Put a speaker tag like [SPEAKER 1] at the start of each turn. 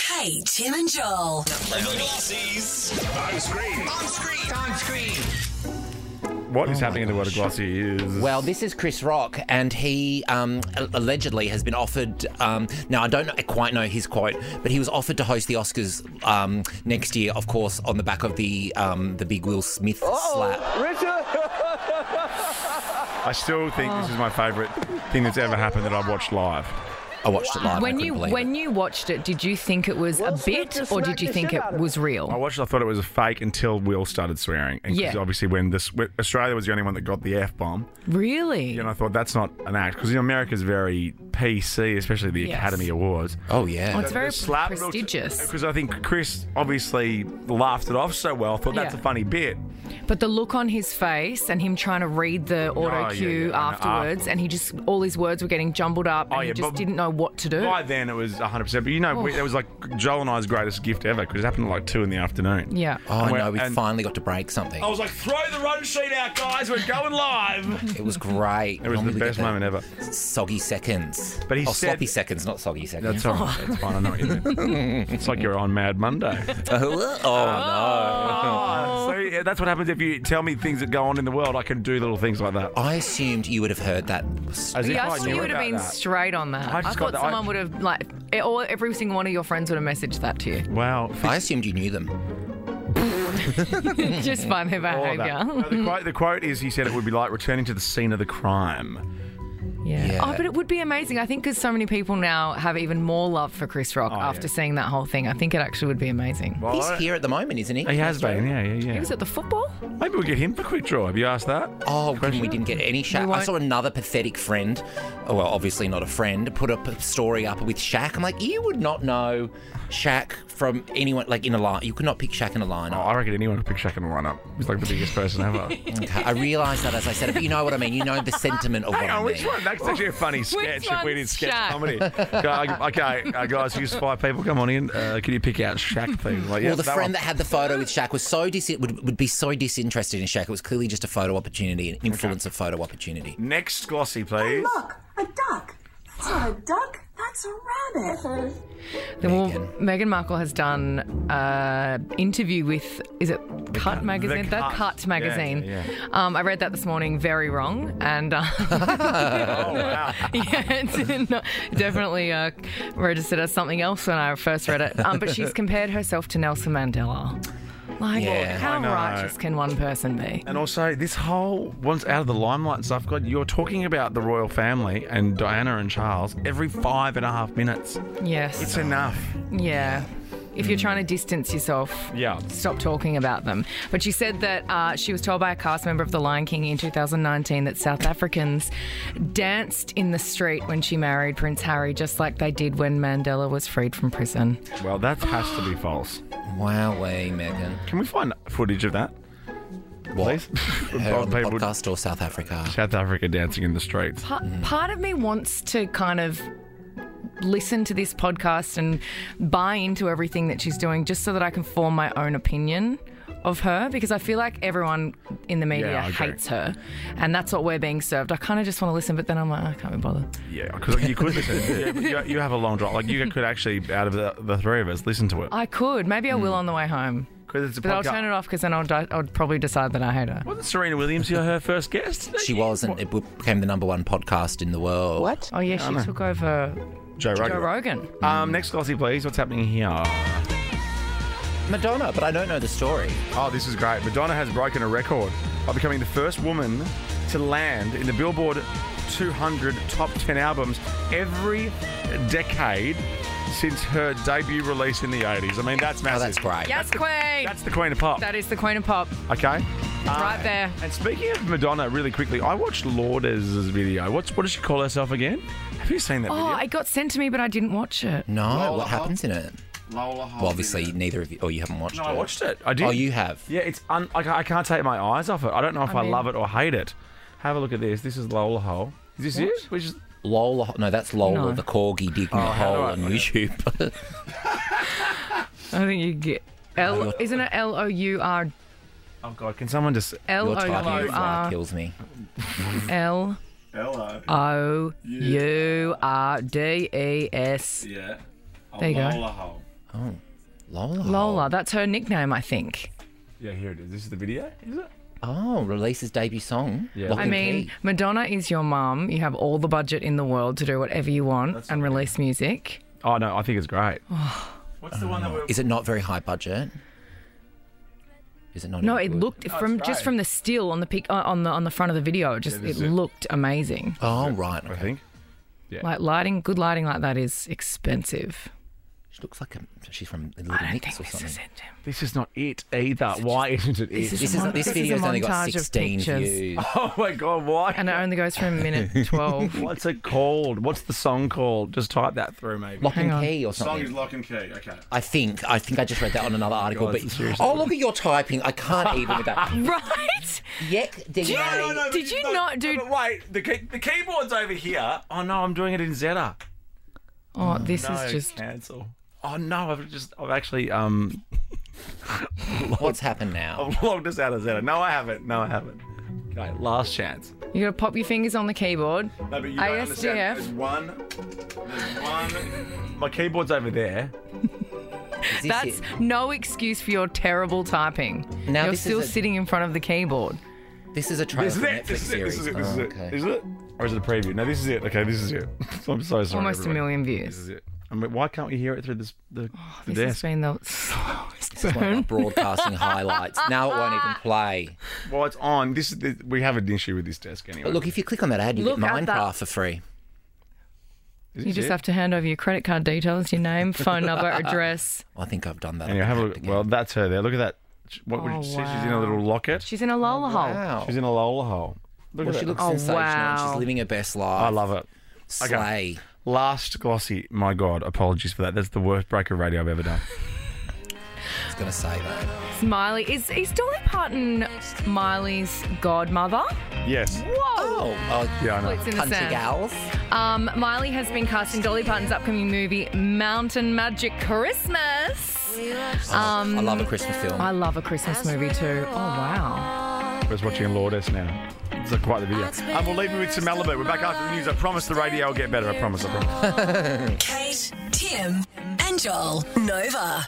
[SPEAKER 1] Hey, Tim and Joel.
[SPEAKER 2] The glossies.
[SPEAKER 3] On screen.
[SPEAKER 2] On screen. On screen.
[SPEAKER 4] What
[SPEAKER 5] Oh
[SPEAKER 4] is happening in the world of Glossy is.
[SPEAKER 6] Well, this is Chris Rock, and he um, a- allegedly has been offered. Um, now, I don't know- quite know his quote, but he was offered to host the Oscars um, next year, of course, on the back of the um, the big Will Smith
[SPEAKER 5] Oh,
[SPEAKER 6] slap.
[SPEAKER 4] I still think this is my favourite thing that's ever happened that I've watched live.
[SPEAKER 6] I watched it live. I
[SPEAKER 5] When you
[SPEAKER 6] couldn't believe
[SPEAKER 5] when
[SPEAKER 6] it.
[SPEAKER 5] you watched it, did you think it was a bit, or did you think it was
[SPEAKER 4] I
[SPEAKER 5] real?
[SPEAKER 4] watched. I thought it was a fake until Will started swearing, and 'cause
[SPEAKER 5] Yeah.
[SPEAKER 4] obviously when this when- Australia was the only one that got the f bomb,
[SPEAKER 5] Really?
[SPEAKER 4] and I thought that's not an act because you know, America's very PC, especially the
[SPEAKER 5] Yes.
[SPEAKER 4] Academy Awards.
[SPEAKER 6] oh yeah,
[SPEAKER 5] Oh, it's very
[SPEAKER 4] The slap
[SPEAKER 5] prestigious.
[SPEAKER 4] Because I think Chris obviously laughed it off so well. I thought that's
[SPEAKER 5] Yeah.
[SPEAKER 4] a funny bit.
[SPEAKER 5] But the look on his face and him trying to read the auto
[SPEAKER 4] yeah,
[SPEAKER 5] cue
[SPEAKER 4] yeah, and
[SPEAKER 5] afterwards, and he just all his words were getting jumbled up, and
[SPEAKER 4] Oh, yeah,
[SPEAKER 5] he just
[SPEAKER 4] but-
[SPEAKER 5] didn't know what to do.
[SPEAKER 4] By then it was 100. percent But you know,
[SPEAKER 5] Oh.
[SPEAKER 4] we, it was like Joel and I's greatest gift ever because it happened at like two in the afternoon.
[SPEAKER 5] yeah.
[SPEAKER 6] Oh
[SPEAKER 4] Well,
[SPEAKER 6] no, we
[SPEAKER 4] and- Oh,
[SPEAKER 6] finally got to break something.
[SPEAKER 4] I was like, throw the run sheet out, guys. We're going live.
[SPEAKER 6] It was great.
[SPEAKER 4] mm-hmm. It was the best moment ever.
[SPEAKER 6] Soggy seconds.
[SPEAKER 4] But he
[SPEAKER 6] oh,
[SPEAKER 4] said-
[SPEAKER 6] sloppy seconds, not soggy seconds.
[SPEAKER 4] That's all right. That's fine. I know what you mean. It's like you're on Mad Monday.
[SPEAKER 6] oh no.
[SPEAKER 4] Oh, so yeah, that's what happens if you tell me things that go on in the world. I can do little things like that.
[SPEAKER 6] I assumed you would have heard that.
[SPEAKER 4] Oh, As if
[SPEAKER 5] Yeah, I
[SPEAKER 4] I
[SPEAKER 5] thought
[SPEAKER 4] knew
[SPEAKER 5] you would have
[SPEAKER 4] about
[SPEAKER 5] been
[SPEAKER 4] that.
[SPEAKER 5] straight on that.
[SPEAKER 4] I
[SPEAKER 5] I,
[SPEAKER 4] just got
[SPEAKER 5] thought
[SPEAKER 4] the- I-
[SPEAKER 5] someone would have like, or every single one of your friends would have messaged that to you
[SPEAKER 4] Wow.
[SPEAKER 6] I assumed you knew them.
[SPEAKER 5] just by their
[SPEAKER 4] All
[SPEAKER 5] behaviour.
[SPEAKER 4] that. No, the, quote, the quote is he said it would be like returning to the scene of the crime.
[SPEAKER 5] Yeah.
[SPEAKER 6] Yeah.
[SPEAKER 5] Oh, but it would be amazing. I think because so many people now have even more love for Chris
[SPEAKER 4] Oh,
[SPEAKER 5] Rock after seeing that whole thing. I think it actually would be amazing.
[SPEAKER 4] Well,
[SPEAKER 6] He's
[SPEAKER 4] Oh, I-
[SPEAKER 6] here at the moment, isn't he?
[SPEAKER 4] He has been, yeah, yeah,
[SPEAKER 5] He
[SPEAKER 4] yeah.
[SPEAKER 5] was at the football.
[SPEAKER 4] Maybe we'll get him for quick draw. Have you asked that?
[SPEAKER 6] Oh, when we didn't get any Shaq. I
[SPEAKER 5] We won't-
[SPEAKER 6] saw another pathetic friend, oh, well, obviously not a friend, put up a story up with Shaq. I'm like, you would not know Shaq from anyone, like in a line. You could not pick Shaq in a line.
[SPEAKER 4] Oh, I reckon anyone could pick Shaq in the lineup. He's like the biggest person ever. Hang
[SPEAKER 6] Okay, I realised that as I said it, but you know what I mean. You know the sentiment of what I
[SPEAKER 4] on,
[SPEAKER 6] mean.
[SPEAKER 4] which one? That's actually a funny sketch if we did
[SPEAKER 5] one's
[SPEAKER 4] sketch
[SPEAKER 5] Shaq?
[SPEAKER 4] comedy. Go- okay, uh, guys, you five people, come on in. Uh, can you pick out Shaq, please? Like, yeah,
[SPEAKER 6] Well, the
[SPEAKER 4] that
[SPEAKER 6] friend
[SPEAKER 4] one.
[SPEAKER 6] that had the photo with Shaq was so dis- would, would be so disinterested in Shaq. It was clearly just a photo opportunity, an influencer photo opportunity.
[SPEAKER 4] Next glossy, please.
[SPEAKER 7] Look, a duck. That's not a duck. That's a rabbit.
[SPEAKER 5] Then well, Meghan Markle has done an interview with, is it Cut magazine?
[SPEAKER 4] The
[SPEAKER 5] The
[SPEAKER 4] Cut.
[SPEAKER 5] Cut, magazine.
[SPEAKER 4] yeah,
[SPEAKER 5] Um, I read that this morning, very wrong. And uh,
[SPEAKER 4] Oh, wow.
[SPEAKER 5] yeah, it's not, definitely uh, registered as something else when I first read it. Um, but she's compared herself to Nelson Mandela. Like,
[SPEAKER 6] Yeah.
[SPEAKER 4] I
[SPEAKER 5] how
[SPEAKER 4] know.
[SPEAKER 5] righteous can one person be?
[SPEAKER 4] And also, this whole once out of the limelight and stuff, God, you're talking about the royal family and Diana and Charles every five and a half minutes.
[SPEAKER 5] Yes.
[SPEAKER 4] It's enough.
[SPEAKER 5] Yeah. If you're trying to distance yourself,
[SPEAKER 4] Yeah.
[SPEAKER 5] stop talking about them. But she said that uh, she was told by a cast member of The Lion King in 2019 that South Africans danced in the street when she married Prince Harry, just like they did when Mandela was freed from prison.
[SPEAKER 4] Well, that has to be false.
[SPEAKER 6] Wow, way, Megan.
[SPEAKER 4] Can we find footage of that?
[SPEAKER 6] What?
[SPEAKER 4] Please?
[SPEAKER 6] Her on the
[SPEAKER 4] People-
[SPEAKER 6] podcast or South Africa?
[SPEAKER 4] South Africa dancing in the streets.
[SPEAKER 5] Pa- Part of me wants to kind of listen to this podcast and buy into everything that she's doing just so that I can form my own opinion of her because I feel like everyone in the media
[SPEAKER 4] Yeah, I agree.
[SPEAKER 5] hates her and that's what we're being served. I kind of just want to listen, but then I'm like, I can't be bothered.
[SPEAKER 4] Yeah, because you could listen. you, you have a long drive. Like you could actually, out of the, the three of us, listen to it
[SPEAKER 5] I could. Maybe I
[SPEAKER 4] Hmm.
[SPEAKER 5] will on the way home.
[SPEAKER 4] because it's a
[SPEAKER 5] But I'll turn it off because then I'll, di- I'll probably decide that I hate her.
[SPEAKER 4] Wasn't Serena Williams your her first guest?
[SPEAKER 6] She was, and it became the number one podcast in the world. What?
[SPEAKER 5] Oh, yeah, she took over
[SPEAKER 4] Joe Rogan.
[SPEAKER 5] Joe Rogan.
[SPEAKER 4] Um, next glossy, please. What's happening here?
[SPEAKER 6] Madonna, but I don't know the story.
[SPEAKER 4] Oh, this is great. Madonna has broken a record by becoming the first woman to land in the Billboard 200 top 10 albums every decade since her debut release in the 80s. I mean, that's
[SPEAKER 6] Oh,
[SPEAKER 4] massive.
[SPEAKER 6] that's great.
[SPEAKER 5] Yes, Queen.
[SPEAKER 4] That's the Queen of Pop.
[SPEAKER 5] That is the Queen of Pop
[SPEAKER 4] okay.
[SPEAKER 5] right there.
[SPEAKER 4] And speaking of Madonna, really quickly, I watched Lourdes' video. What's what does she call herself again? Have you seen that
[SPEAKER 5] Oh,
[SPEAKER 4] video?
[SPEAKER 5] it got sent to me, but I didn't watch it.
[SPEAKER 6] No, what happens in it? well, obviously, neither of you, or you haven't watched
[SPEAKER 4] No,
[SPEAKER 6] it.
[SPEAKER 4] I watched it. I did.
[SPEAKER 6] Oh, you have?
[SPEAKER 4] Yeah, it's un- I, ca- I can't take my eyes off it. I don't know if I,
[SPEAKER 5] mean-
[SPEAKER 4] love it or hate it. Have a look at this. This is Lola Hole. Is this it? Which is
[SPEAKER 6] Lola, no, that's Lola,
[SPEAKER 5] No.
[SPEAKER 6] the corgi digging a
[SPEAKER 4] Oh, how do
[SPEAKER 6] hole
[SPEAKER 4] I-
[SPEAKER 6] on YouTube.
[SPEAKER 5] I think you get L. Isn't it L O U R
[SPEAKER 4] Oh God! Can someone just?
[SPEAKER 5] L
[SPEAKER 6] Your
[SPEAKER 5] O
[SPEAKER 6] title
[SPEAKER 5] U
[SPEAKER 6] fly
[SPEAKER 5] R
[SPEAKER 6] kills me.
[SPEAKER 5] L O U R D E S?
[SPEAKER 8] Yeah.
[SPEAKER 5] There you go.
[SPEAKER 8] Hole.
[SPEAKER 6] Lola.
[SPEAKER 5] Lola, that's her nickname, I think.
[SPEAKER 1] Yeah, here it is. This is the video, is it?
[SPEAKER 6] Oh, releases debut song.
[SPEAKER 1] Yeah.
[SPEAKER 6] Lock
[SPEAKER 1] I
[SPEAKER 5] I
[SPEAKER 6] and
[SPEAKER 5] mean,
[SPEAKER 6] Key.
[SPEAKER 5] Madonna is your mum. You have all the budget in the world to do whatever you want and release music.
[SPEAKER 4] Oh no, I think it's great.
[SPEAKER 5] Oh.
[SPEAKER 1] What's the one that we're
[SPEAKER 6] is it not very high budget? Is it not?
[SPEAKER 5] No,
[SPEAKER 6] any
[SPEAKER 5] it
[SPEAKER 6] good?
[SPEAKER 5] looked from just from the still on the pic, uh, on the on the front of the video. Just
[SPEAKER 1] this is
[SPEAKER 5] it
[SPEAKER 1] it.
[SPEAKER 5] looked amazing.
[SPEAKER 6] Oh right,
[SPEAKER 4] I
[SPEAKER 6] okay.
[SPEAKER 4] think.
[SPEAKER 5] Like lighting, good lighting like that is expensive.
[SPEAKER 6] She looks like a, she's from Little
[SPEAKER 5] I don't
[SPEAKER 6] Mix
[SPEAKER 5] think
[SPEAKER 6] or
[SPEAKER 5] this
[SPEAKER 6] something.
[SPEAKER 5] is it. Tim.
[SPEAKER 4] This is not it either. Why isn't it it?
[SPEAKER 6] This,
[SPEAKER 5] a
[SPEAKER 6] is,
[SPEAKER 5] mon-
[SPEAKER 6] this
[SPEAKER 5] this is a
[SPEAKER 6] video's only got
[SPEAKER 5] montage of
[SPEAKER 6] 16
[SPEAKER 5] pictures.
[SPEAKER 6] views.
[SPEAKER 4] Oh my god, why?
[SPEAKER 5] And it only goes for a minute twelve.
[SPEAKER 4] What's it called? What's the song called? Just type that through, maybe.
[SPEAKER 6] Lock
[SPEAKER 5] Hang
[SPEAKER 6] and
[SPEAKER 5] on.
[SPEAKER 6] Key or something.
[SPEAKER 1] Lock and Key. Okay.
[SPEAKER 6] I think. I think I just read that on another article.
[SPEAKER 4] God,
[SPEAKER 6] but
[SPEAKER 4] seriously.
[SPEAKER 6] oh, look at your typing. I can't even with that.
[SPEAKER 5] right?
[SPEAKER 6] Yek DNA.
[SPEAKER 5] Did you not do-
[SPEAKER 4] But wait, the, key, the keyboard's over here. Oh no, I'm doing it in Zeta.
[SPEAKER 5] Oh,
[SPEAKER 6] Mm.
[SPEAKER 5] this
[SPEAKER 4] No,
[SPEAKER 5] is just
[SPEAKER 4] cancel. Oh no, I've just I've actually um
[SPEAKER 6] What's happened now?
[SPEAKER 4] logged us out of Zeta. No, I haven't. No, I haven't. Okay, last chance.
[SPEAKER 5] you gotta pop your fingers on the keyboard.
[SPEAKER 1] No, but you
[SPEAKER 5] don't understand. ISDF. There's
[SPEAKER 1] one. There's one.
[SPEAKER 4] My keyboard's over there.
[SPEAKER 6] Is this
[SPEAKER 5] That's
[SPEAKER 6] it?
[SPEAKER 5] no excuse for your terrible typing.
[SPEAKER 6] Now
[SPEAKER 5] You're
[SPEAKER 6] this is
[SPEAKER 5] still
[SPEAKER 6] a-
[SPEAKER 5] sitting in front of the keyboard.
[SPEAKER 6] This is a trailer
[SPEAKER 4] This is
[SPEAKER 6] for a
[SPEAKER 4] it.
[SPEAKER 6] Netflix
[SPEAKER 4] This is it.
[SPEAKER 6] series.
[SPEAKER 4] This is it. This is
[SPEAKER 6] Oh,
[SPEAKER 4] it.
[SPEAKER 6] okay.
[SPEAKER 4] Is it? Or is it a preview? No, this is it. Okay, this is it. I'm so sorry.
[SPEAKER 5] Almost a
[SPEAKER 4] everybody.
[SPEAKER 5] million views. Oh,
[SPEAKER 4] This is it. I mean, why can't we hear it through this the, the
[SPEAKER 5] This has
[SPEAKER 4] desk?
[SPEAKER 5] been the slowest
[SPEAKER 6] It's one of our
[SPEAKER 5] burn.
[SPEAKER 6] broadcasting highlights. Now it won't even play.
[SPEAKER 4] Well, it's on. This is the, we have an issue with this desk anyway.
[SPEAKER 6] But look, if you click on that ad, you
[SPEAKER 5] Look
[SPEAKER 6] get
[SPEAKER 5] at that.
[SPEAKER 6] Minecraft for free.
[SPEAKER 4] Is
[SPEAKER 5] You
[SPEAKER 4] this
[SPEAKER 5] just
[SPEAKER 4] it?
[SPEAKER 5] have to hand over your credit card details, your name, phone number, address.
[SPEAKER 6] I think I've done that.
[SPEAKER 4] Anyway,
[SPEAKER 6] I'll
[SPEAKER 4] have a
[SPEAKER 6] do
[SPEAKER 4] look.
[SPEAKER 6] that
[SPEAKER 4] Well,
[SPEAKER 6] again.
[SPEAKER 4] that's her there. Look at that. She- What would
[SPEAKER 5] Oh,
[SPEAKER 4] you see? She's in a little
[SPEAKER 5] wow. Oh.
[SPEAKER 4] locket.
[SPEAKER 5] She's in a Lola hole.
[SPEAKER 6] Oh, wow.
[SPEAKER 4] She's in a Lola hole. Look
[SPEAKER 6] Well,
[SPEAKER 4] at
[SPEAKER 6] she
[SPEAKER 4] that.
[SPEAKER 6] looks
[SPEAKER 5] Oh,
[SPEAKER 6] sensational. and
[SPEAKER 5] wow.
[SPEAKER 6] She's living her best life.
[SPEAKER 4] I love it.
[SPEAKER 6] Slay.
[SPEAKER 4] Last glossy. My God, apologies for that. That's the worst break of radio I've ever done.
[SPEAKER 6] I was gonna say that.
[SPEAKER 5] Miley is is Dolly Parton Miley's godmother?
[SPEAKER 4] Yes.
[SPEAKER 5] Whoa!
[SPEAKER 6] Oh, oh
[SPEAKER 4] Yeah, I know.
[SPEAKER 5] It's in the
[SPEAKER 6] country
[SPEAKER 5] sand.
[SPEAKER 6] gals.
[SPEAKER 5] Um, Miley has been casting Dolly Parton's upcoming movie Mountain Magic Christmas.
[SPEAKER 6] Oh,
[SPEAKER 5] Um,
[SPEAKER 6] I love a Christmas film.
[SPEAKER 5] I love a Christmas movie too. Oh wow!
[SPEAKER 4] I was watching Lourdes now. It's like quite the video. And we'll leave you with some Malibu. We're back after the news. I promise the radio will get better. I promise. I promise.
[SPEAKER 3] Kate, Tim, and Joel. Nova.